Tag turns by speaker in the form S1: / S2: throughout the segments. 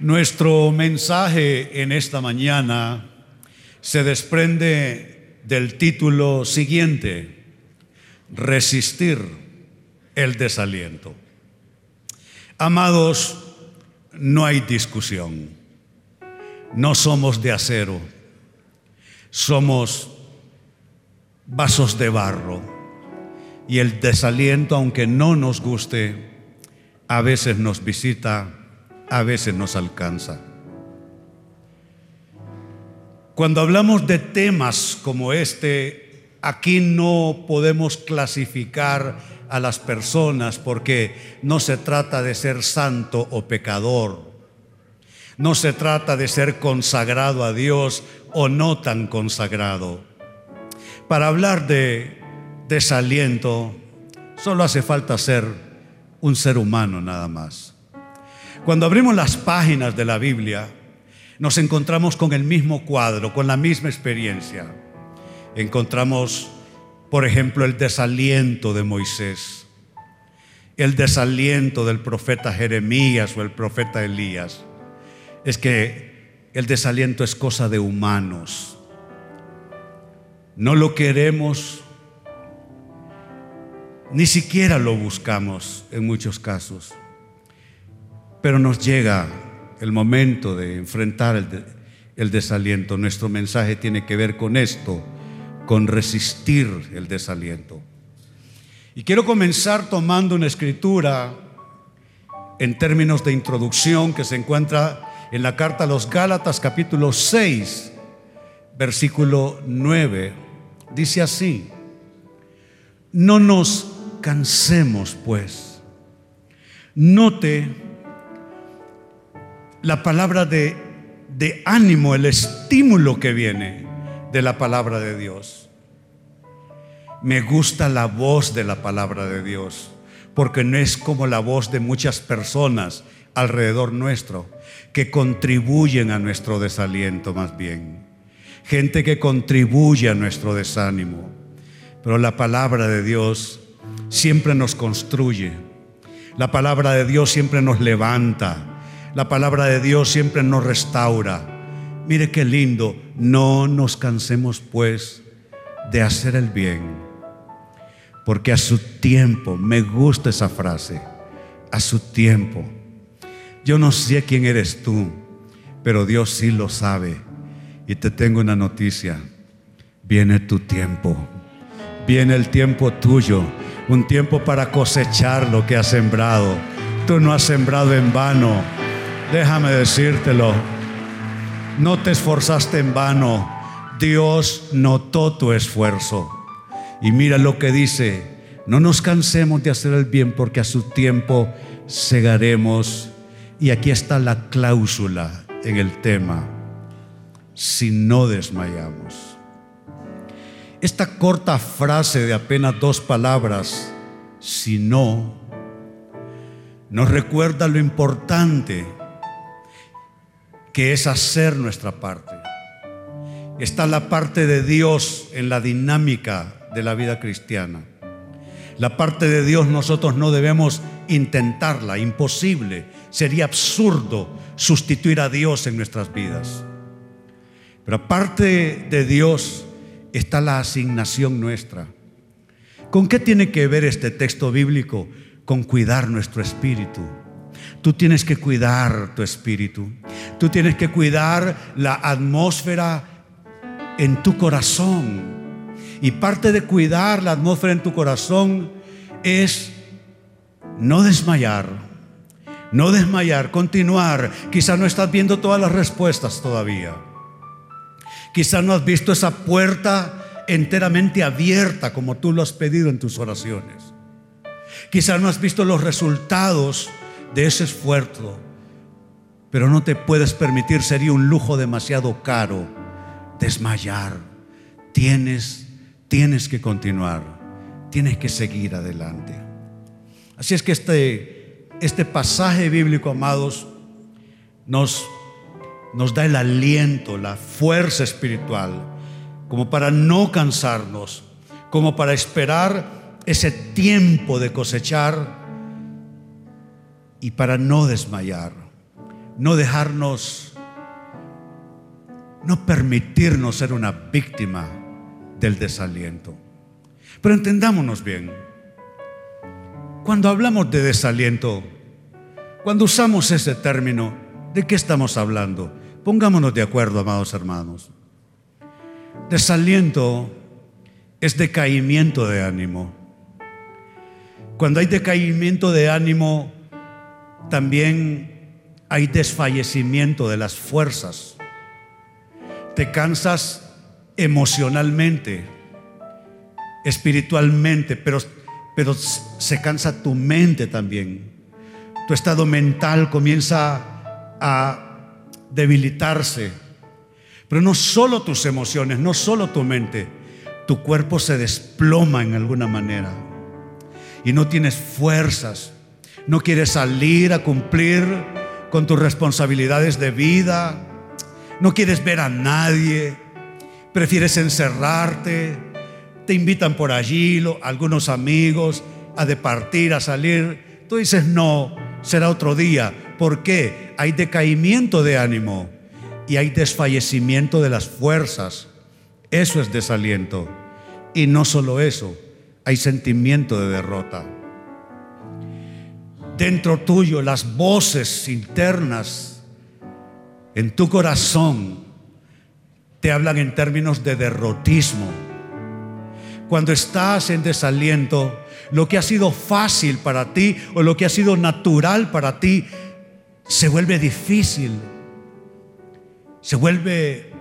S1: Nuestro mensaje en esta mañana se desprende del título siguiente, Resistir el desaliento. Amados, no hay discusión, no somos de acero, somos vasos de barro y el desaliento, aunque no nos guste, a veces nos visita a veces nos alcanza. Cuando hablamos de temas como este, aquí no podemos clasificar a las personas porque no se trata de ser santo o pecador, no se trata de ser consagrado a Dios o no tan consagrado. Para hablar de desaliento, solo hace falta ser un ser humano nada más. Cuando abrimos las páginas de la Biblia, nos encontramos con el mismo cuadro, con la misma experiencia. Encontramos, por ejemplo, el desaliento de Moisés, el desaliento del profeta Jeremías o el profeta Elías. Es que el desaliento es cosa de humanos. No lo queremos, ni siquiera lo buscamos en muchos casos. Pero nos llega el momento de enfrentar el, de, el, desaliento. Nuestro mensaje tiene que ver con esto, con resistir el desaliento. Y quiero comenzar tomando una escritura en términos de introducción que se encuentra en la carta a los Gálatas capítulo 6, versículo 9. Dice así, no nos cansemos pues. Note la palabra de, de, ánimo, el estímulo que viene de la palabra de Dios. Me gusta la voz de la palabra de Dios, porque no es como la voz de muchas personas alrededor nuestro, que contribuyen a nuestro desaliento más bien. Gente que contribuye a nuestro desánimo. Pero la palabra de Dios siempre nos construye. La palabra de Dios siempre nos levanta. La palabra de Dios siempre nos restaura. Mire qué lindo. No nos cansemos pues de hacer el bien. Porque a su tiempo, me gusta esa frase, a su tiempo. Yo no sé quién eres tú, pero Dios sí lo sabe. Y te tengo una noticia. Viene tu tiempo. Viene el tiempo tuyo. Un tiempo para cosechar lo que has sembrado. Tú no has sembrado en vano. Déjame decírtelo. No te esforzaste en vano. Dios notó tu esfuerzo. Y mira lo que dice. No nos cansemos de hacer el bien porque a su tiempo segaremos. Y aquí está la cláusula en el tema. Si no desmayamos. Esta corta frase de apenas dos palabras, si no, nos recuerda lo importante que es hacer nuestra parte. Está la parte de Dios en la dinámica de la vida cristiana. La parte de Dios nosotros no debemos intentarla, imposible. Sería absurdo sustituir a Dios en nuestras vidas. Pero aparte de Dios está la asignación nuestra. ¿Con qué tiene que ver este texto bíblico? Con cuidar nuestro espíritu. Tú tienes que cuidar tu espíritu. Tú tienes que cuidar la atmósfera en tu corazón. Y parte de cuidar la atmósfera en tu corazón es no desmayar. No desmayar, continuar. Quizás no estás viendo todas las respuestas todavía. Quizás no has visto esa puerta enteramente abierta como tú lo has pedido en tus oraciones. Quizás no has visto los resultados de ese esfuerzo, pero no te puedes permitir, sería un lujo demasiado caro, desmayar. Tienes, tienes que continuar, tienes que seguir adelante. Así es que este, este pasaje bíblico, amados, nos, nos da el aliento, la fuerza espiritual, como para no cansarnos, como para esperar ese tiempo de cosechar y para no desmayar. no dejarnos, no permitirnos ser una víctima del desaliento. Pero entendámonos bien, cuando hablamos de desaliento, cuando usamos ese término, ¿de qué estamos hablando? Pongámonos de acuerdo, amados hermanos. Desaliento es decaimiento de ánimo. Cuando hay decaimiento de ánimo, también hay desfallecimiento de las fuerzas. Te cansas emocionalmente, espiritualmente, pero, pero se cansa tu mente también. Tu estado mental comienza a debilitarse. Pero no solo tus emociones, no solo tu mente, tu cuerpo se desploma en alguna manera. Y no tienes fuerzas, no quieres salir a cumplir con tus responsabilidades de vida, no quieres ver a nadie, prefieres encerrarte, te invitan por allí lo- algunos amigos a departir, a salir. Tú dices, no, será otro día. ¿Por qué? Hay decaimiento de ánimo y hay desfallecimiento de las fuerzas. Eso es desaliento. Y no solo eso, hay sentimiento de derrota. Dentro tuyo, las voces internas en tu corazón te hablan en términos de derrotismo. Cuando estás en desaliento, lo que ha sido fácil para ti o lo que ha sido natural para ti se vuelve difícil, se vuelve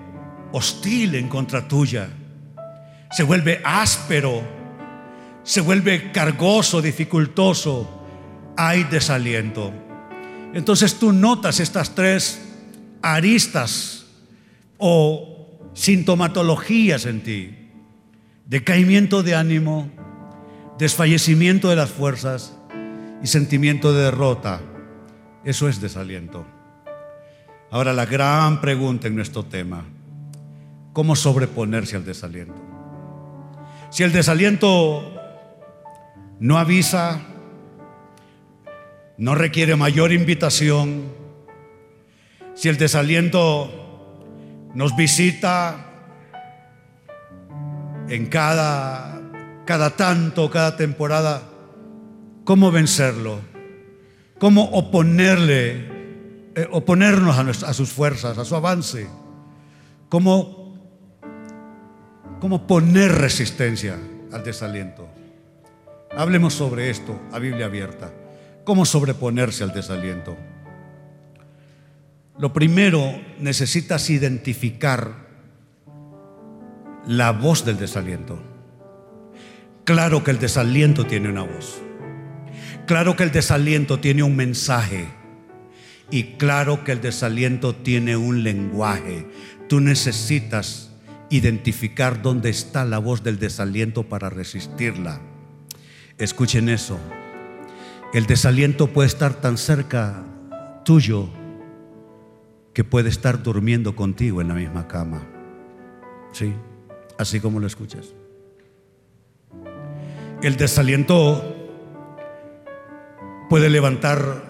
S1: hostil en contra tuya, se vuelve áspero, se vuelve cargoso, dificultoso, hay desaliento. Entonces tú notas estas tres aristas o sintomatologías en ti. Decaimiento de ánimo, desfallecimiento de las fuerzas y sentimiento de derrota. Eso es desaliento. Ahora la gran pregunta en nuestro tema, ¿cómo sobreponerse al desaliento? Si el desaliento no avisa, no requiere mayor invitación, si el desaliento nos visita en cada, cada tanto, cada temporada, cómo vencerlo, cómo oponerle, eh, oponernos a, nues- a sus fuerzas, a su avance, cómo, cómo poner resistencia al desaliento. Hablemos sobre esto a Biblia abierta, cómo sobreponerse al desaliento. Lo primero, necesitas identificar la voz del desaliento. Claro que el desaliento tiene una voz. Claro que el desaliento tiene un mensaje. Y claro que el desaliento tiene un lenguaje. Tú necesitas identificar dónde está la voz del desaliento para resistirla. Escuchen eso. El desaliento puede estar tan cerca tuyo que puede estar durmiendo contigo en la misma cama. ¿Sí? Así como lo escuchas. El desaliento puede levantar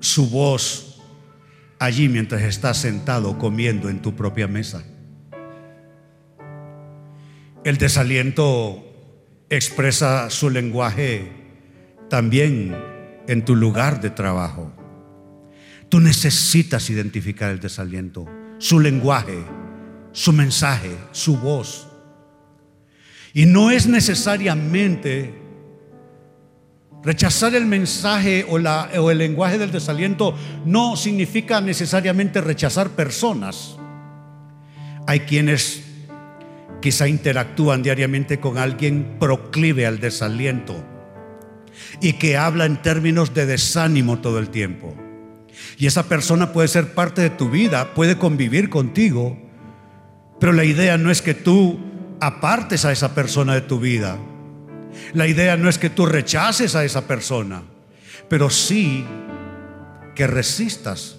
S1: su voz allí mientras estás sentado comiendo en tu propia mesa. El desaliento expresa su lenguaje también en tu lugar de trabajo. Tú necesitas identificar el desaliento, su lenguaje, su mensaje, su voz. Y no es necesariamente rechazar el mensaje o, la- o el lenguaje del desaliento, no significa necesariamente rechazar personas. Hay quienes quizá interactúan diariamente con alguien proclive al desaliento y que habla en términos de desánimo todo el tiempo. Y esa persona puede ser parte de tu vida, puede convivir contigo, pero la idea no es que tú apartes a esa persona de tu vida. La idea no es que tú rechaces a esa persona, pero sí que resistas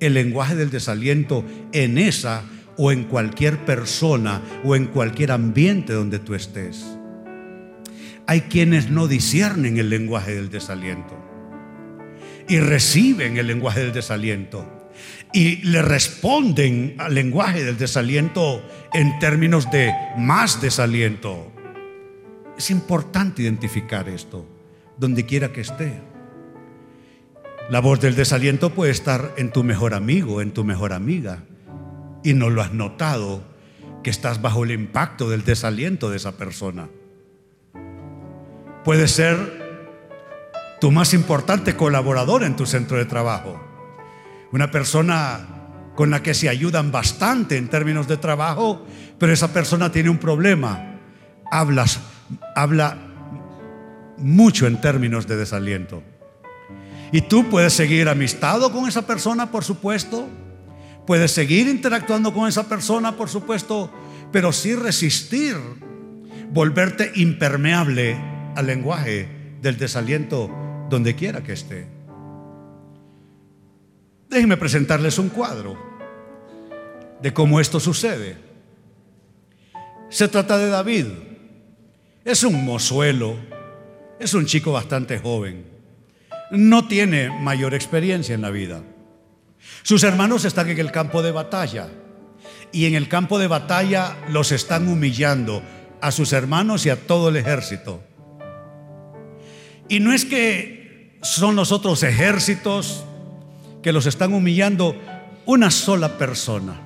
S1: el lenguaje del desaliento en esa o en cualquier persona o en cualquier ambiente donde tú estés. Hay quienes no disciernen el lenguaje del desaliento y reciben el lenguaje del desaliento. y le responden al lenguaje del desaliento en términos de más desaliento. Es importante identificar esto, donde quiera que esté. La voz del desaliento puede estar en tu mejor amigo, en tu mejor amiga, y no lo has notado, que estás bajo el impacto del desaliento de esa persona. Puede ser tu más importante colaborador en tu centro de trabajo, una persona con la que se ayudan bastante en términos de trabajo, pero esa persona tiene un problema. Hablas, habla mucho en términos de desaliento. Y tú puedes seguir amistado con esa persona, por supuesto, puedes seguir interactuando con esa persona, por supuesto, pero sí resistir, volverte impermeable al lenguaje del desaliento donde quiera que esté. Déjenme presentarles un cuadro de cómo esto sucede. Se trata de David. Es un mozuelo, es un chico bastante joven. No tiene mayor experiencia en la vida. Sus hermanos están en el campo de batalla y en el campo de batalla los están humillando a sus hermanos y a todo el ejército. Y no es que son los otros ejércitos que los están humillando, una sola persona,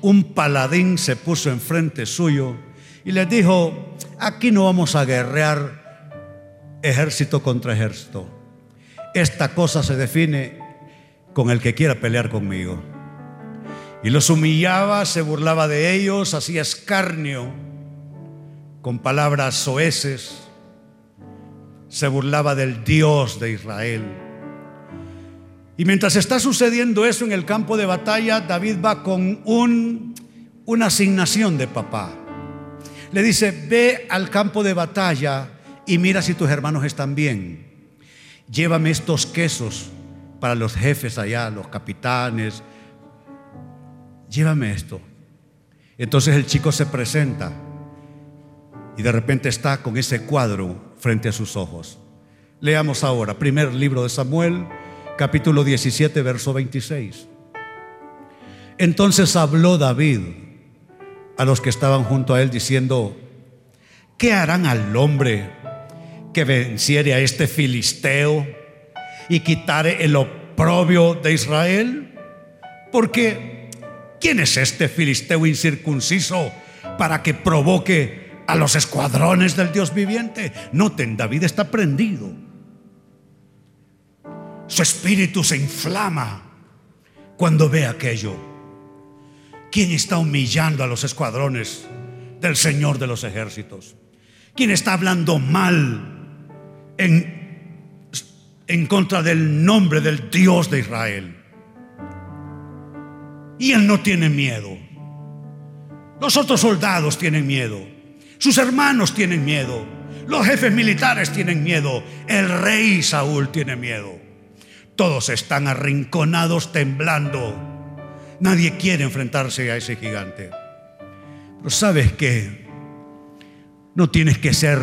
S1: un paladín se puso enfrente suyo y les dijo, aquí no vamos a guerrear ejército contra ejército. Esta cosa se define con el que quiera pelear conmigo. Y los humillaba, se burlaba de ellos, hacía escarnio con palabras soeces se burlaba del Dios de Israel. Y mientras está sucediendo eso en el campo de batalla, David va con un, una asignación de papá. Le dice, ve al campo de batalla y mira si tus hermanos están bien. Llévame estos quesos para los jefes allá, los capitanes. Llévame esto. Entonces el chico se presenta y de repente está con ese cuadro frente a sus ojos. Leamos ahora, primer libro de Samuel, capítulo 17, verso 26. Entonces habló David a los que estaban junto a él diciendo, ¿qué harán al hombre que venciere a este filisteo y quitare el oprobio de Israel? Porque, ¿quién es este filisteo incircunciso para que provoque a los escuadrones del Dios viviente. Noten, David está prendido. Su espíritu se inflama cuando ve aquello. ¿Quién está humillando a los escuadrones del Señor de los ejércitos? ¿Quién está hablando mal en, en contra del nombre del Dios de Israel? Y él no tiene miedo. Los otros soldados tienen miedo. Sus hermanos tienen miedo. Los jefes militares tienen miedo. El rey Saúl tiene miedo. Todos están arrinconados temblando. Nadie quiere enfrentarse a ese gigante. Pero sabes que no tienes que ser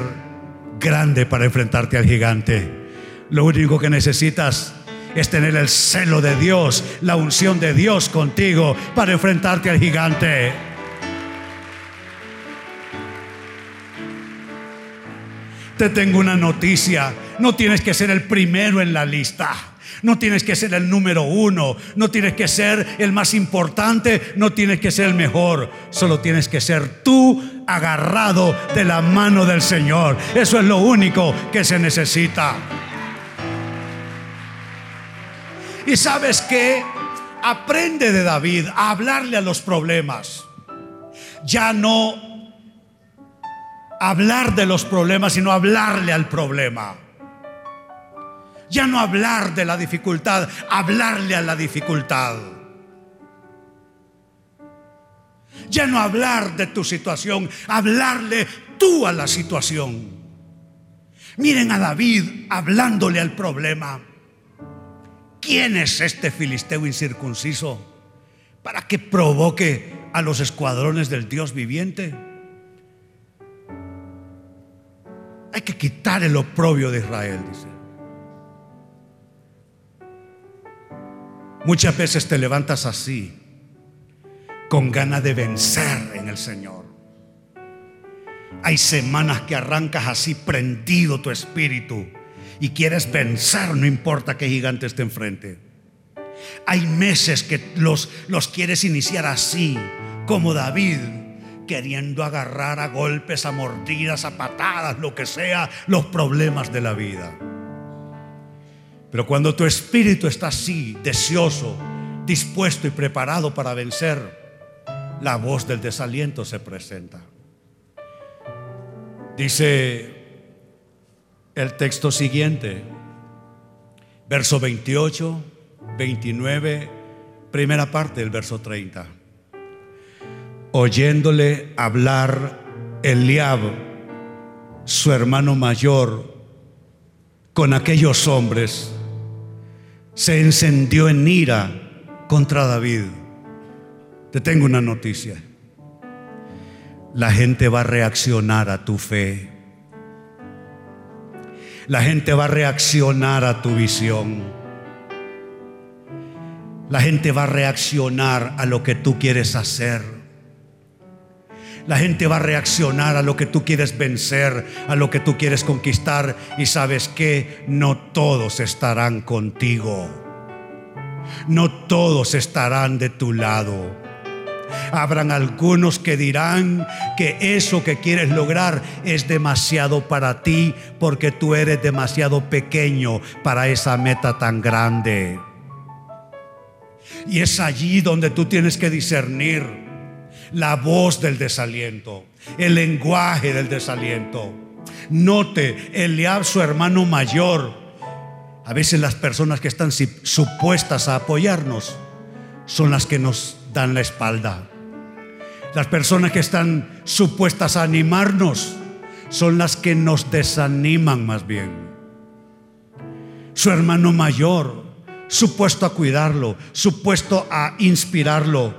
S1: grande para enfrentarte al gigante. Lo único que necesitas es tener el celo de Dios, la unción de Dios contigo para enfrentarte al gigante. Te tengo una noticia. No tienes que ser el primero en la lista. No tienes que ser el número uno. No tienes que ser el más importante. No tienes que ser el mejor. Solo tienes que ser tú agarrado de la mano del Señor. Eso es lo único que se necesita. Y sabes que aprende de David a hablarle a los problemas. Ya no hablar de los problemas, sino hablarle al problema. Ya no hablar de la dificultad, hablarle a la dificultad. Ya no hablar de tu situación, hablarle tú a la situación. Miren a David hablándole al problema. ¿Quién es este filisteo incircunciso para que provoque a los escuadrones del Dios viviente? Hay que quitar el oprobio de Israel, dice. Muchas veces te levantas así, con ganas de vencer en el Señor. Hay semanas que arrancas así prendido tu espíritu y quieres vencer, no importa qué gigante esté enfrente. Hay meses que los, los quieres iniciar así, como David, queriendo agarrar a golpes, a mordidas, a patadas, lo que sea, los problemas de la vida. Pero cuando tu espíritu está así, deseoso, dispuesto y preparado para vencer, la voz del desaliento se presenta. Dice el texto siguiente, verso 28, 29, primera parte del verso 30. Oyéndole hablar Eliab, su hermano mayor, con aquellos hombres, se encendió en ira contra David. Te tengo una noticia. La gente va a reaccionar a tu fe. La gente va a reaccionar a tu visión. La gente va a reaccionar a lo que tú quieres hacer. La gente va a reaccionar a lo que tú quieres vencer, a lo que tú quieres conquistar. Y sabes que no todos estarán contigo no todos estarán de tu lado. Habrán algunos que dirán que eso que quieres lograr es demasiado para ti porque tú eres demasiado pequeño para esa meta tan grande. Y es allí donde tú tienes que discernir la voz del desaliento, el lenguaje del desaliento. Note, Eliab, su hermano mayor, a veces las personas que están supuestas a apoyarnos son las que nos dan la espalda. Las personas que están supuestas a animarnos son las que nos desaniman más bien. Su hermano mayor, supuesto a cuidarlo, supuesto a inspirarlo,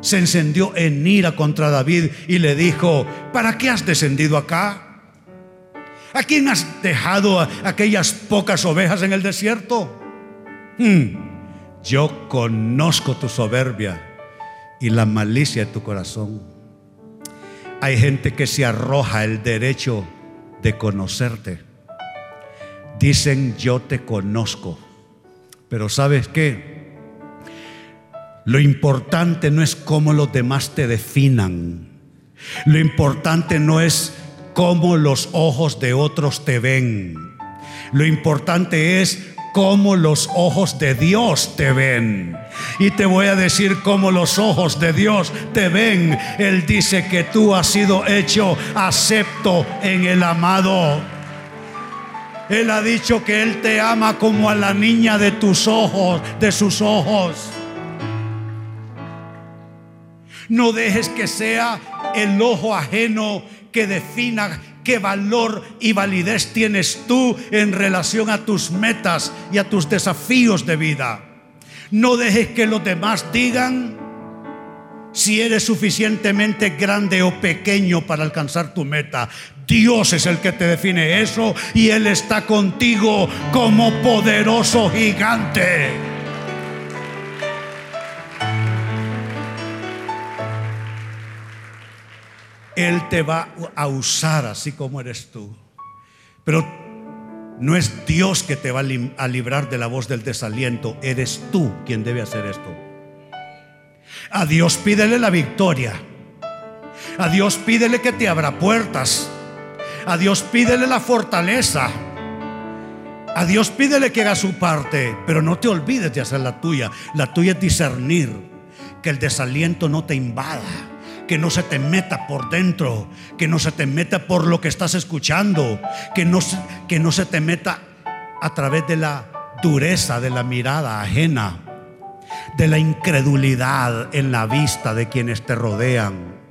S1: se encendió en ira contra David y le dijo, ¿para qué has descendido acá? ¿A quién has dejado aquellas pocas ovejas en el desierto? Hmm. Yo conozco tu soberbia y la malicia de tu corazón. Hay gente que se arroja el derecho de conocerte. Dicen yo te conozco. Pero ¿sabes qué? Lo importante no es cómo los demás te definan. Lo importante no es cómo los ojos de otros te ven. Lo importante es cómo los ojos de Dios te ven. Y te voy a decir cómo los ojos de Dios te ven. Él dice que tú has sido hecho acepto en el amado. Él ha dicho que Él te ama como a la niña de tus ojos, de sus ojos. No dejes que sea el ojo ajeno que defina qué valor y validez tienes tú en relación a tus metas y a tus desafíos de vida. No dejes que los demás digan si eres suficientemente grande o pequeño para alcanzar tu meta. Dios es el que te define eso y Él está contigo como poderoso gigante. Él te va a usar así como eres tú. Pero no es Dios que te va a librar de la voz del desaliento, eres tú quien debe hacer esto. A Dios pídele la victoria. A Dios pídele que te abra puertas. A Dios pídele la fortaleza. A Dios pídele que haga su parte, pero no te olvides de hacer la tuya. La tuya es discernir que el desaliento no te invada que no se te meta por dentro, que no se te meta por lo que estás escuchando, que no, que no se te meta a través de la dureza de la mirada ajena, de la incredulidad en la vista de quienes te rodean.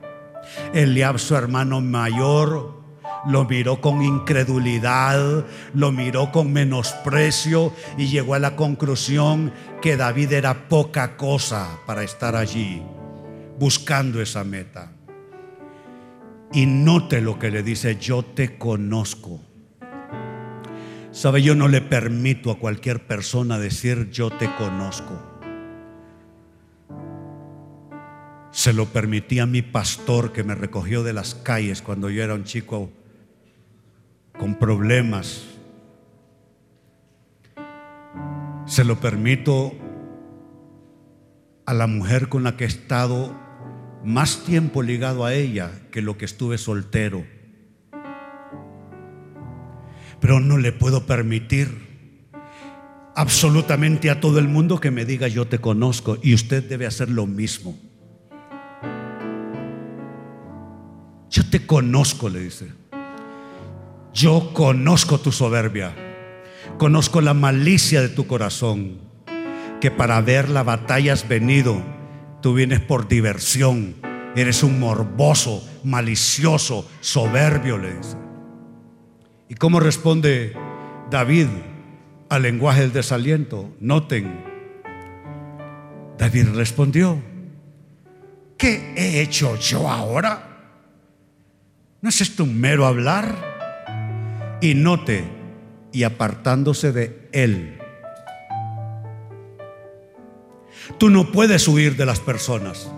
S1: Eliab, su hermano mayor, lo miró con incredulidad, lo miró con menosprecio y llegó a la conclusión que David era poca cosa para estar allí buscando esa meta. Y note lo que le dice, yo te conozco. Sabe, yo no le permito a cualquier persona decir, yo te conozco. se lo permití a mi pastor que me recogió de las calles cuando yo era un chico con problemas. Se lo permito a la mujer con la que he estado más tiempo ligado a ella que lo que estuve soltero. Pero no le puedo permitir absolutamente a todo el mundo que me diga yo te conozco y usted debe hacer lo mismo. Yo te conozco, le dice. Yo conozco tu soberbia. Conozco la malicia de tu corazón. Que para ver la batalla has venido. Tú vienes por diversión. Eres un morboso, malicioso, soberbio, le dice. ¿Y cómo responde David al lenguaje del desaliento? Noten. David respondió, ¿qué he hecho yo ahora? ¿No es esto un mero hablar? Y note, y apartándose de él. Tú no puedes huir de las personas.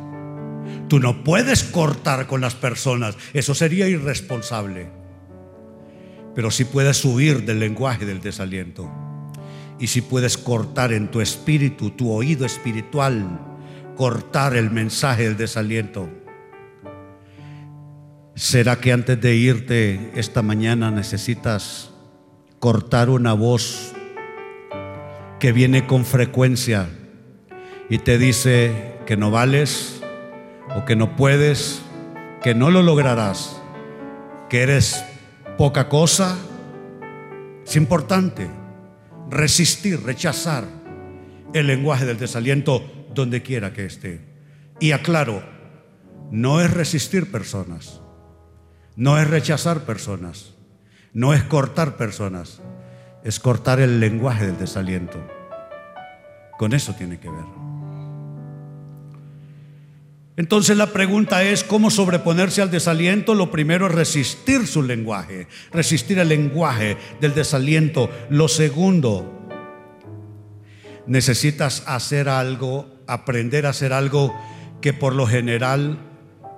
S1: Tú no puedes cortar con las personas. Eso sería irresponsable. Pero sí puedes huir del lenguaje del desaliento. Y sí puedes cortar en tu espíritu, tu oído espiritual, cortar el mensaje del desaliento. ¿Será que antes de irte esta mañana necesitas cortar una voz que viene con frecuencia y te dice que no vales o que no puedes, que no lo lograrás, que eres poca cosa? Es importante resistir, rechazar el lenguaje del desaliento donde quiera que esté. Y aclaro, no es resistir personas no es rechazar personas, no es cortar personas, es cortar el lenguaje del desaliento. Con eso tiene que ver. Entonces la pregunta es cómo sobreponerse al desaliento. Lo primero es resistir su lenguaje, resistir el lenguaje del desaliento. Lo segundo, necesitas hacer algo, aprender a hacer algo que por lo general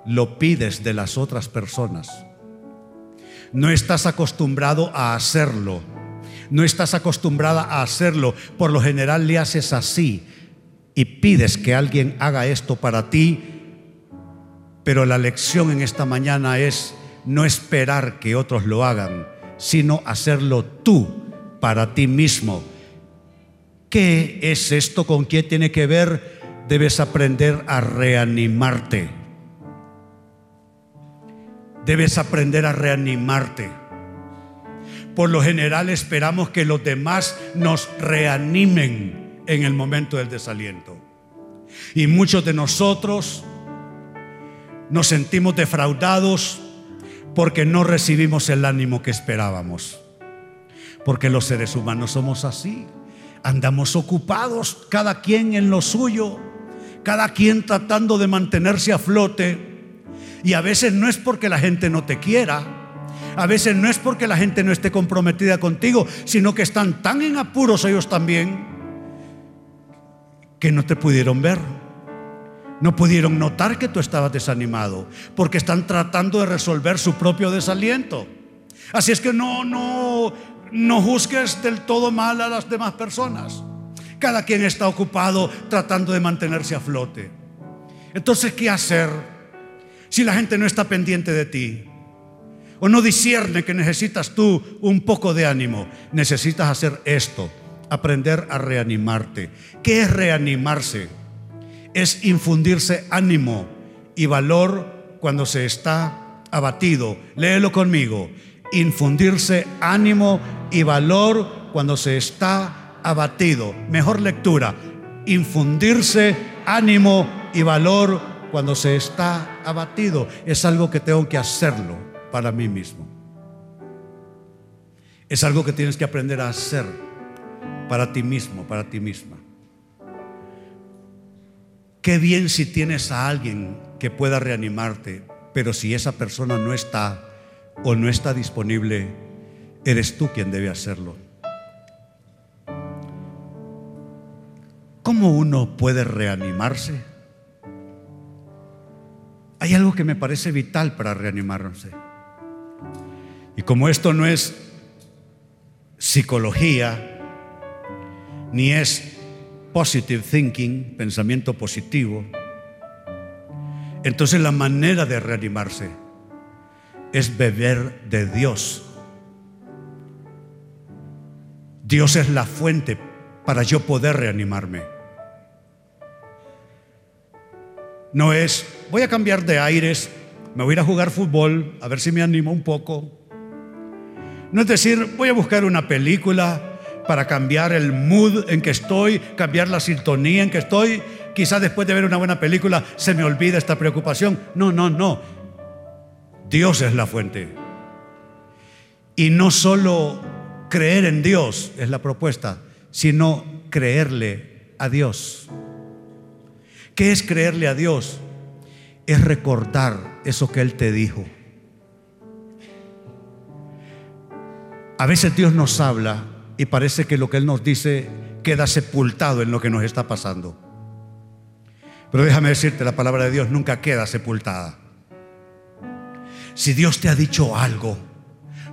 S1: lo pides de las otras personas no estás acostumbrado a hacerlo. No estás acostumbrada a hacerlo. Por lo general le haces así y pides que alguien haga esto para ti. Pero la lección en esta mañana es no esperar que otros lo hagan, sino hacerlo tú para ti mismo. ¿Qué es esto? ¿Con qué tiene que ver? Debes aprender a reanimarte debes aprender a reanimarte. Por lo general esperamos que los demás nos reanimen en el momento del desaliento. Y muchos de nosotros nos sentimos defraudados porque no recibimos el ánimo que esperábamos. Porque los seres humanos somos así. Andamos ocupados, cada quien en lo suyo, cada quien tratando de mantenerse a flote. Y a veces no es porque la gente no te quiera. A veces no es porque la gente no esté comprometida contigo, sino que están tan en apuros ellos también que no te pudieron ver. No pudieron notar que tú estabas desanimado, porque están tratando de resolver su propio desaliento. Así es que no no no juzgues del todo mal a las demás personas. Cada quien está ocupado tratando de mantenerse a flote. Entonces, ¿qué hacer? si la gente no está pendiente de ti o no discierne que necesitas tú un poco de ánimo, necesitas hacer esto, aprender a reanimarte. ¿Qué es reanimarse? Es infundirse ánimo y valor cuando se está abatido. Léelo conmigo. Infundirse ánimo y valor cuando se está abatido. Mejor lectura. Infundirse ánimo y valor cuando se está abatido. Es algo que tengo que hacerlo para mí mismo. Es algo que tienes que aprender a hacer para ti mismo, para ti misma. Qué bien si tienes a alguien que pueda reanimarte, pero si esa persona no está o no está disponible, eres tú quien debe hacerlo. ¿Cómo uno puede reanimarse? Hay algo que me parece vital para reanimarse. Y como esto no es psicología, ni es positive thinking, pensamiento positivo, entonces la manera de reanimarse es beber de Dios. Dios es la fuente para yo poder reanimarme. No es, voy a cambiar de aires, me voy a ir a jugar fútbol, a ver si me animo un poco. No es decir, voy a buscar una película para cambiar el mood en que estoy, cambiar la sintonía en que estoy. Quizás después de ver una buena película se me olvida esta preocupación. No, no, no. Dios es la fuente. Y no solo creer en Dios es la propuesta, sino creerle a Dios. ¿Qué es creerle a Dios? Es recordar eso que Él te dijo. A veces Dios nos habla y parece que lo que Él nos dice queda sepultado en lo que nos está pasando. Pero déjame decirte, la palabra de Dios nunca queda sepultada. Si Dios te ha dicho algo,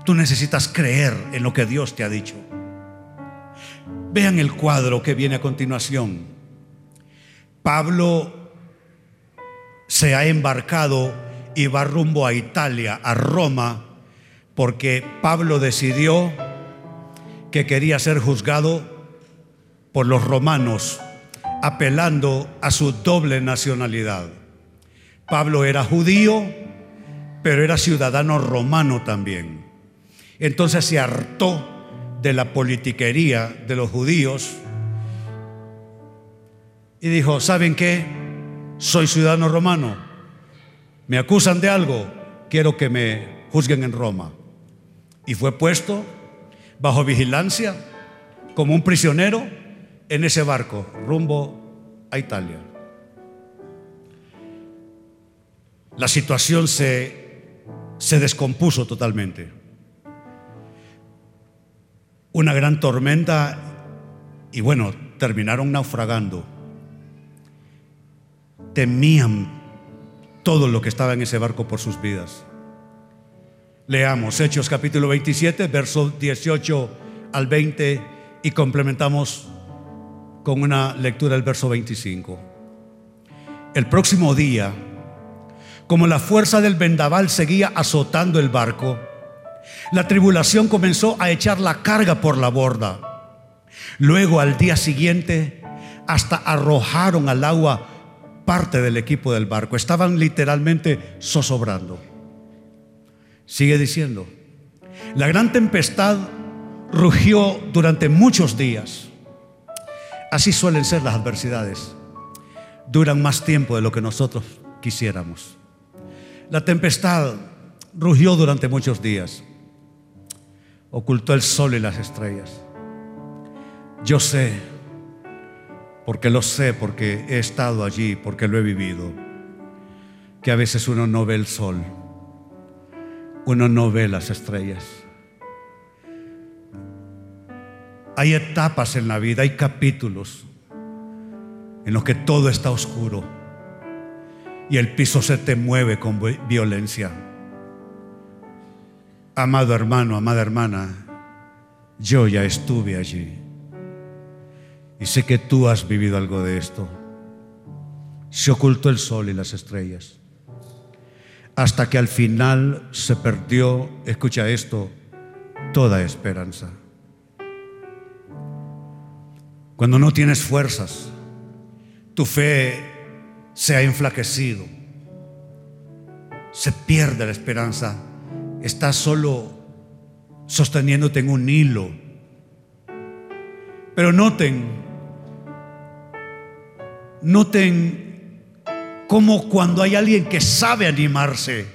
S1: tú necesitas creer en lo que Dios te ha dicho. Vean el cuadro que viene a continuación. Pablo se ha embarcado y va rumbo a Italia, a Roma, porque Pablo decidió que quería ser juzgado por los romanos, apelando a su doble nacionalidad. Pablo era judío, pero era ciudadano romano también. Entonces se hartó de la politiquería de los judíos y dijo, ¿saben qué? Soy ciudadano romano, me acusan de algo, quiero que me juzguen en Roma. Y fue puesto bajo vigilancia, como un prisionero, en ese barco, rumbo a Italia. La situación se, se, descompuso totalmente. Una gran tormenta y bueno, terminaron naufragando. Temían todo lo que estaba en ese barco por sus vidas. Leamos Hechos capítulo 27, versos 18 al 20 y complementamos con una lectura del verso 25. El próximo día, como la fuerza del vendaval seguía azotando el barco, la tribulación comenzó a echar la carga por la borda. Luego al día siguiente, hasta arrojaron al agua parte del equipo del barco. Estaban literalmente zozobrando. Sigue diciendo, la gran tempestad rugió durante muchos días. Así suelen ser las adversidades. Duran más tiempo de lo que nosotros quisiéramos. La tempestad rugió durante muchos días. Ocultó el sol y las estrellas. Yo sé, porque lo sé, porque he estado allí, porque lo he vivido, que a veces uno no ve el sol uno no ve las estrellas. Hay etapas en la vida, hay capítulos en los que todo está oscuro y el piso se te mueve con violencia. Amado hermano, amada hermana, yo ya estuve allí y sé que tú has vivido algo de esto. Se ocultó el sol y las estrellas hasta que al final se perdió, escucha esto, toda esperanza. Cuando no tienes fuerzas, tu fe se ha enflaquecido, se pierde la esperanza, estás solo sosteniéndote en un hilo. Pero noten, noten como cuando hay alguien que sabe animarse,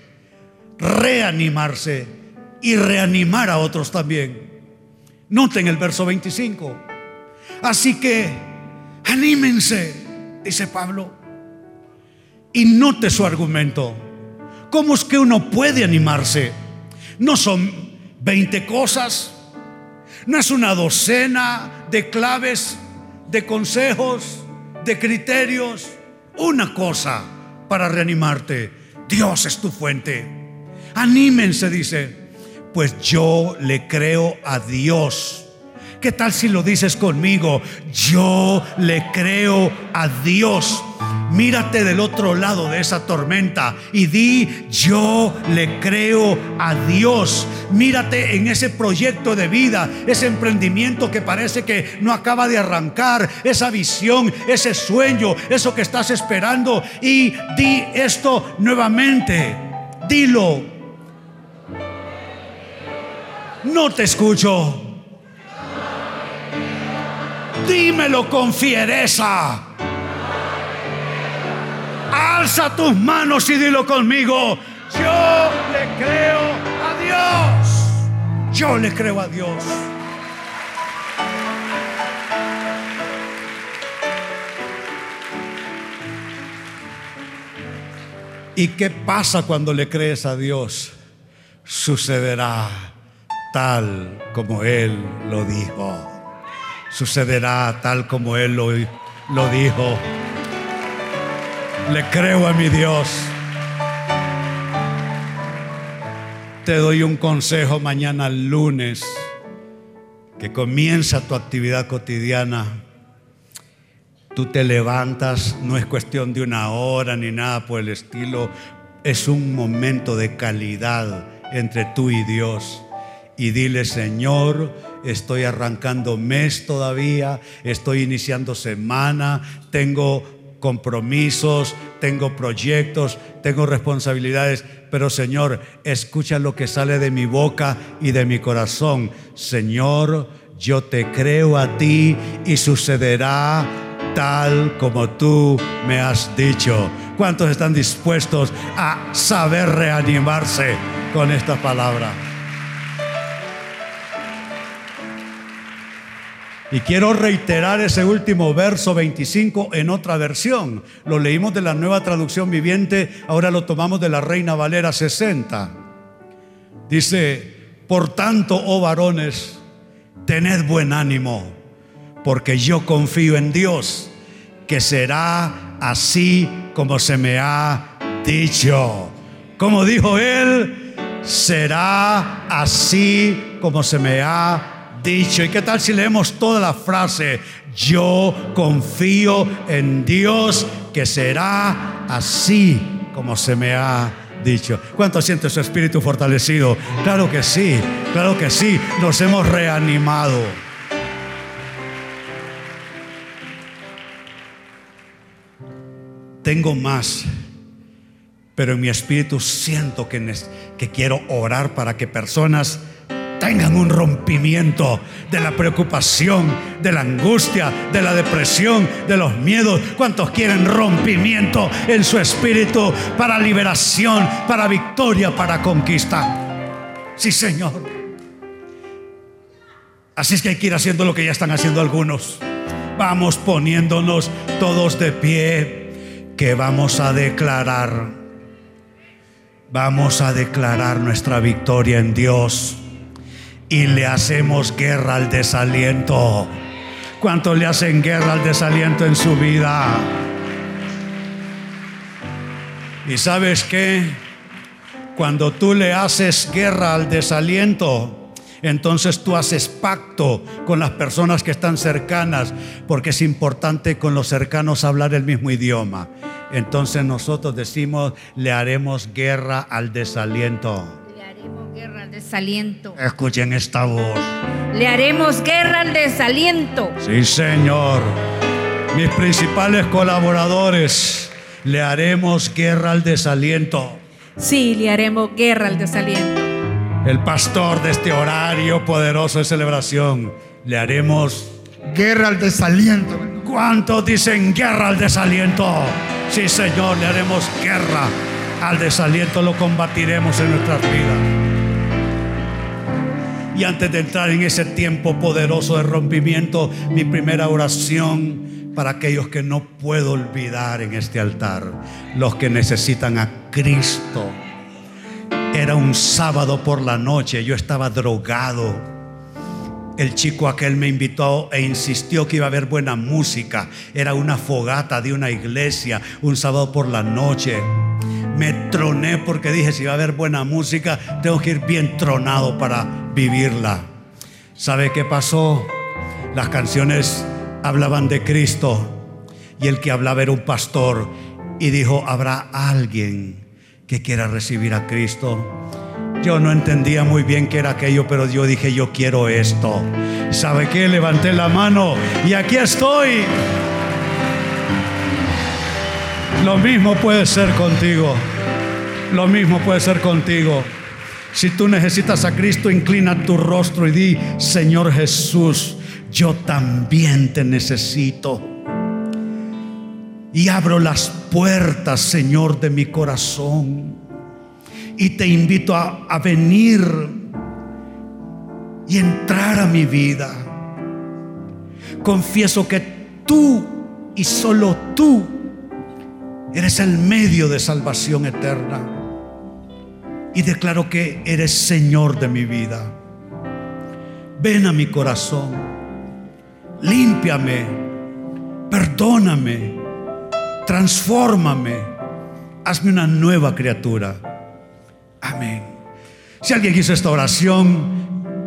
S1: reanimarse y reanimar a otros también. Noten el verso 25. Así que anímense, dice Pablo, y note su argumento. ¿Cómo es que uno puede animarse? No son 20 cosas, no es una docena de claves, de consejos, de criterios una cosa para reanimarte. Dios es tu fuente. Anímense, dice. Pues yo le creo a Dios. ¿Qué tal si lo dices conmigo? Yo le creo a Dios. Mírate del otro lado de esa tormenta y di, yo le creo a Dios. Mírate en ese proyecto de vida, ese emprendimiento que parece que no acaba de arrancar, esa visión, ese sueño, eso que estás esperando y di esto nuevamente. Dilo. No te escucho. Dímelo con fiereza. Alza tus manos y dilo conmigo. Yo le creo a Dios. Yo le creo a Dios. ¿Y qué pasa cuando le crees a Dios? Sucederá tal como Él lo dijo. Sucederá tal como Él lo, lo dijo. Le creo a mi Dios. Te doy un consejo mañana lunes, que comienza tu actividad cotidiana. Tú te levantas, no es cuestión de una hora ni nada por el estilo, es un momento de calidad entre tú y Dios y dile, Señor, estoy arrancando mes todavía, estoy iniciando semana, tengo compromisos, tengo proyectos, tengo responsabilidades, pero Señor, escucha lo que sale de mi boca y de mi corazón. Señor, yo te creo a ti y sucederá tal como tú me has dicho. ¿Cuántos están dispuestos a saber reanimarse con estas palabras? Y quiero reiterar ese último verso 25 en otra versión. Lo leímos de la nueva traducción viviente, ahora lo tomamos de la Reina Valera 60. Dice, por tanto, oh varones, tened buen ánimo, porque yo confío en Dios, que será así como se me ha dicho. Como dijo él, será así como se me ha dicho dicho. ¿Y qué tal si leemos toda la frase? Yo confío en Dios que será así como se me ha dicho. ¿Cuánto siente su espíritu fortalecido? Claro que sí, claro que sí, nos hemos reanimado. Tengo más, pero en mi espíritu siento que, que quiero orar para que personas tengan un rompimiento de la preocupación, de la angustia, de la depresión, de los miedos. ¿Cuántos quieren rompimiento en su espíritu para liberación, para victoria, para conquista? Sí, Señor. Así es que hay que ir haciendo lo que ya están haciendo algunos. Vamos poniéndonos todos de pie que vamos a declarar. Vamos a declarar nuestra victoria en Dios y le hacemos guerra al desaliento. ¿Cuántos le hacen guerra al desaliento en su vida? Y sabes qué? Cuando tú le haces guerra al desaliento, entonces tú haces pacto con las personas que están cercanas, porque es importante con los cercanos hablar el mismo idioma. Entonces nosotros decimos, le haremos guerra al desaliento.
S2: Guerra al desaliento.
S1: Escuchen esta voz.
S2: Le haremos guerra al desaliento.
S1: Sí, Señor. Mis principales colaboradores, le haremos guerra al desaliento.
S2: Sí, le haremos guerra al desaliento.
S1: El pastor de este horario poderoso de celebración, le haremos
S3: guerra al desaliento.
S1: ¿Cuántos dicen guerra al desaliento? Sí, Señor, le haremos guerra al desaliento lo combatiremos en nuestras vidas. Y antes de entrar en ese tiempo poderoso de rompimiento, mi primera oración para aquellos que no puedo olvidar en este altar, los que necesitan a Cristo. Era un sábado por la noche, yo estaba drogado. El chico aquel me invitó e insistió que iba a haber buena música. Era una fogata de una iglesia, un sábado por la noche me troné porque dije, si va a haber buena música, tengo que ir bien tronado para vivirla. ¿Sabe qué pasó? Las canciones hablaban de Cristo y el que hablaba era un pastor y dijo, habrá alguien que quiera recibir a Cristo. Yo no entendía muy bien qué era aquello, pero yo dije, yo quiero esto. ¿Sabe qué? Levanté la mano y aquí estoy. Lo mismo puede ser contigo. Lo mismo puede ser contigo. Si tú necesitas a Cristo, inclina tu rostro y di, Señor Jesús, yo también te necesito. Y abro las puertas, Señor, de mi corazón. Y te invito a, a venir y entrar a mi vida. Confieso que tú y solo tú eres el medio de salvación eterna. Y declaro que eres Señor de mi vida. Ven a mi corazón, límpiame, perdóname, transfórmame, hazme una nueva criatura. Amén. Si alguien hizo esta oración,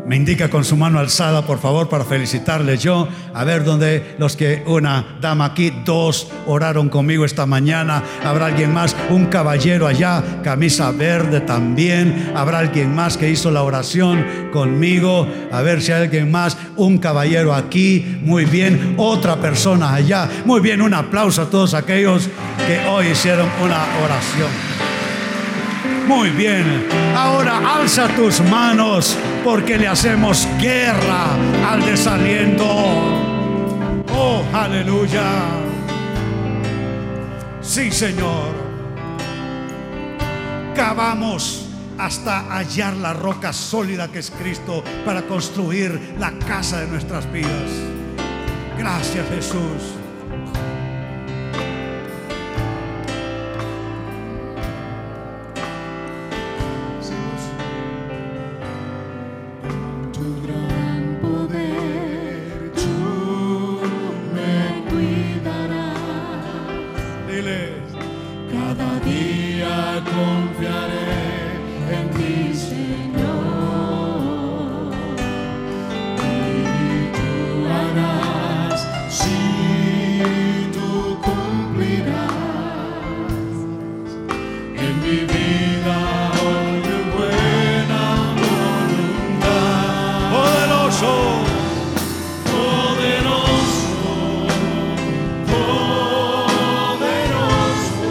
S1: me indica con su mano alzada, por favor, para felicitarle yo. A ver dónde los que una dama aquí, dos oraron conmigo esta mañana. Habrá alguien más, un caballero allá, camisa verde también. Habrá alguien más que hizo la oración conmigo. A ver si hay alguien más, un caballero aquí. Muy bien, otra persona allá. Muy bien, un aplauso a todos aquellos que hoy hicieron una oración. Muy bien, ahora alza tus manos porque le hacemos guerra al desaliento. Oh, aleluya. Sí, Señor. Cavamos hasta hallar la roca sólida que es Cristo para construir la casa de nuestras vidas. Gracias, Jesús.
S4: Tu gran poder, tú me cuidarás.
S1: Dile,
S4: Cada día confiaré en ti, Señor. Y tú harás, si tú cumplirás en mi vida hoy tu buena voluntad.
S1: poderoso.
S4: Poderoso, poderoso,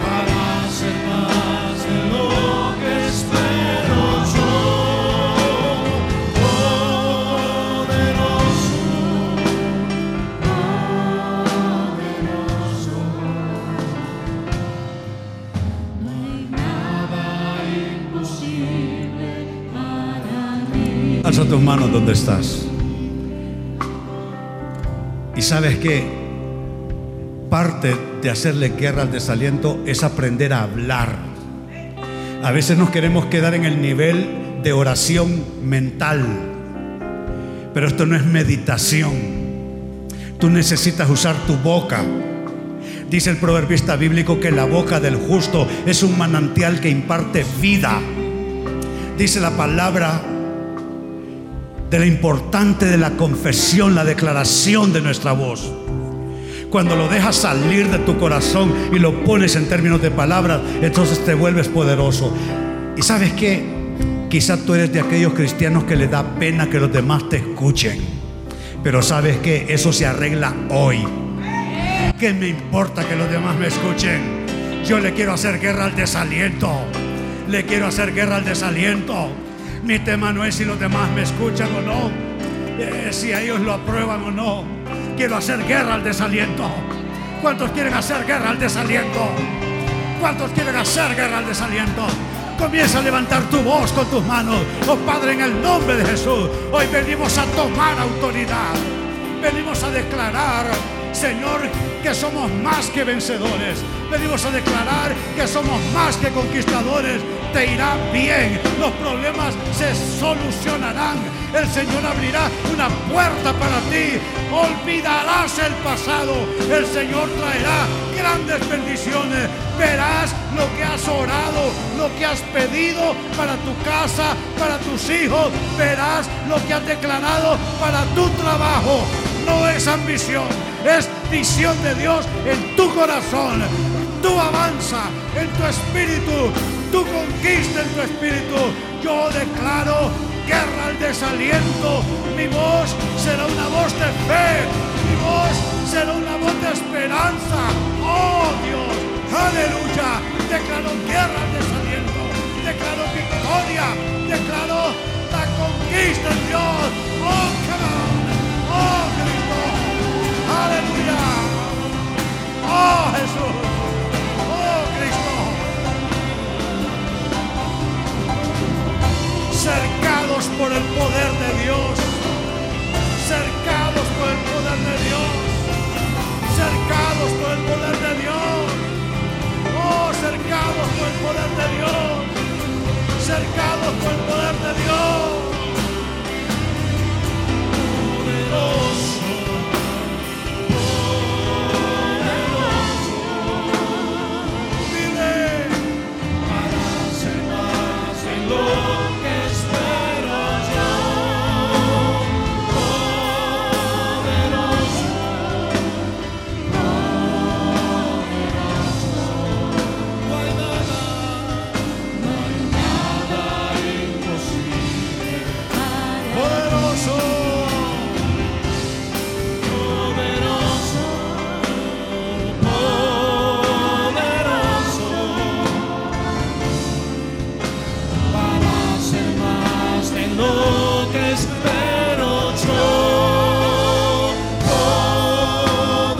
S4: para ser más de lo que espero yo. Poderoso, poderoso, no hay nada imposible para mí.
S1: Alza tus manos donde estás. Y sabes que parte de hacerle guerra al desaliento es aprender a hablar. A veces nos queremos quedar en el nivel de oración mental, pero esto no es meditación. Tú necesitas usar tu boca. Dice el proverbista bíblico que la boca del justo es un manantial que imparte vida. Dice la palabra de lo importante de la confesión, la declaración de nuestra voz. Cuando lo dejas salir de tu corazón y lo pones en términos de palabras, entonces te vuelves poderoso. ¿Y sabes qué? Quizá tú eres de aquellos cristianos que les da pena que los demás te escuchen. Pero sabes que eso se arregla hoy. ¿Qué me importa que los demás me escuchen? Yo le quiero hacer guerra al desaliento. Le quiero hacer guerra al desaliento. Mi tema no es si los demás me escuchan o no. eh, si ellos lo aprueban o no. Quiero hacer guerra al desaliento. ¿Cuántos quieren hacer guerra al desaliento? ¿Cuántos quieren hacer guerra al desaliento? Comienza a levantar tu voz con tus manos. Oh Padre, en el nombre de Jesús, hoy venimos a tomar autoridad. Venimos a declarar, Señor, que somos más que vencedores. Venimos a declarar que somos más que conquistadores. Te irá bien. Los problemas se solucionarán. abrirán. El Señor abrirá una puerta para ti. Olvidarás el pasado. El Señor traerá grandes bendiciones. Verás lo que has orado, lo que has pedido para tu casa, para tus hijos. Verás lo que has declarado para tu trabajo. No es ambición, es visión de Dios en tu corazón tú avanza en tu espíritu, tú conquista en tu espíritu. Yo declaro guerra al desaliento. Mi voz será una voz de fe, mi voz será una voz de esperanza. Oh Dios, aleluya. Declaro guerra al desaliento, declaro victoria, declaro la conquista en Dios. Oh, come on. oh Cristo, aleluya. Oh Jesús. Oh Cristo, cercados por el poder de Dios, cercados por el poder de Dios, cercados por el poder de Dios, oh, cercados por el poder de Dios, cercados por el poder de Dios, vive. Poderoso,
S4: Para ser más de lo que espero yo, poderoso,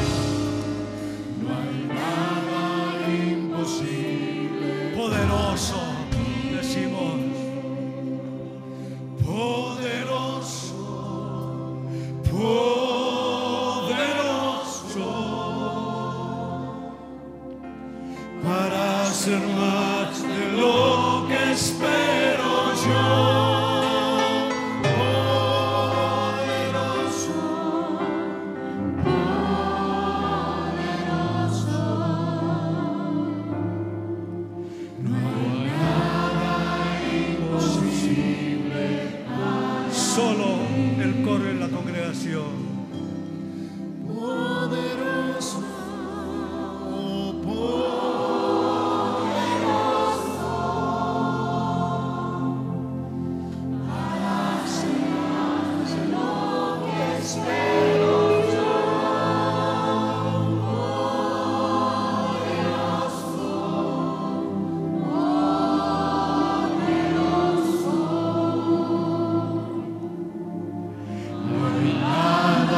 S4: poderoso, no hay nada imposible.
S1: poderoso, decimos. Poderoso, poderoso, para ser más de lo que espero yo. Solo el coro en la congregación. Oh,
S4: Nada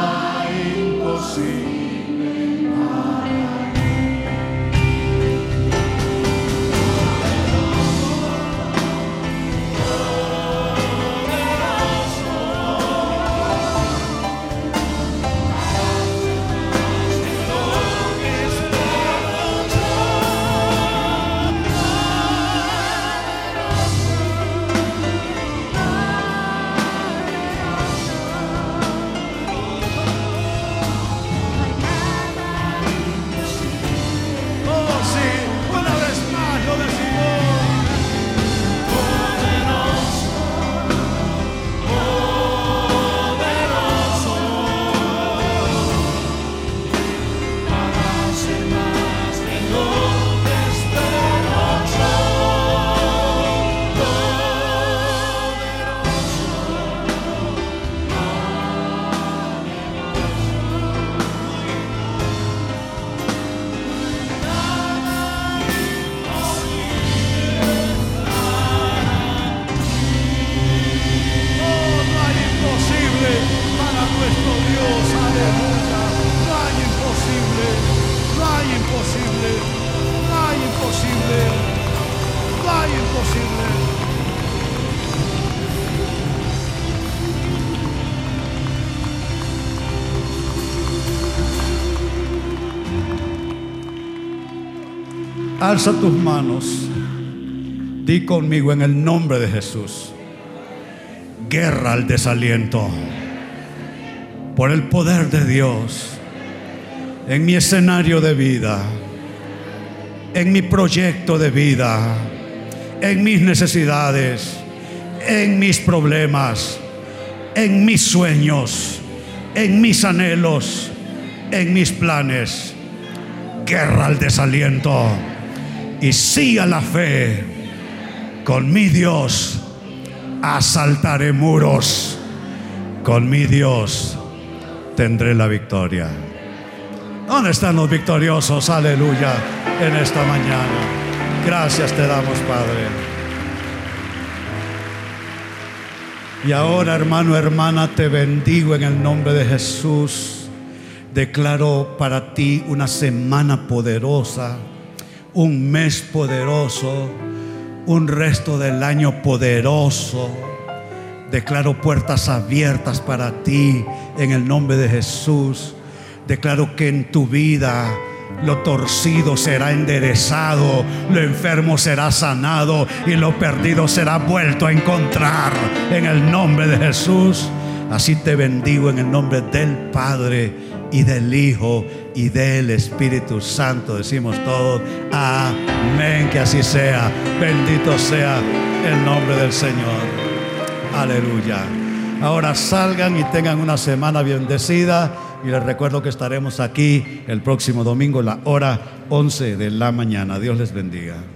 S1: Alza tus manos. Di conmigo en el nombre de Jesús. Guerra al desaliento. Por el poder de Dios. En mi escenario de vida. En mi proyecto de vida. En mis necesidades. En mis problemas. En mis sueños. En mis anhelos. En mis planes guerra al desaliento y sí a la fe. Con mi Dios asaltaré muros. Con mi Dios tendré la victoria. ¿Dónde están los victoriosos? Aleluya en esta mañana. Gracias te damos, Padre. Y ahora, hermano, hermana, te bendigo en el nombre de Jesús. Declaro para ti una semana poderosa, un mes poderoso, un resto del año poderoso. Declaro puertas abiertas para ti en el nombre de Jesús. Declaro que en tu vida lo torcido será enderezado, lo enfermo será sanado y lo perdido será vuelto a encontrar en el nombre de Jesús. Así te bendigo en el nombre del Padre y del Hijo y del Espíritu Santo. Decimos todos, amén, que así sea. Bendito sea el nombre del Señor. Aleluya. Ahora salgan y tengan una semana bendecida. Y les recuerdo que estaremos aquí el próximo domingo, la hora 11 de la mañana. Dios les bendiga.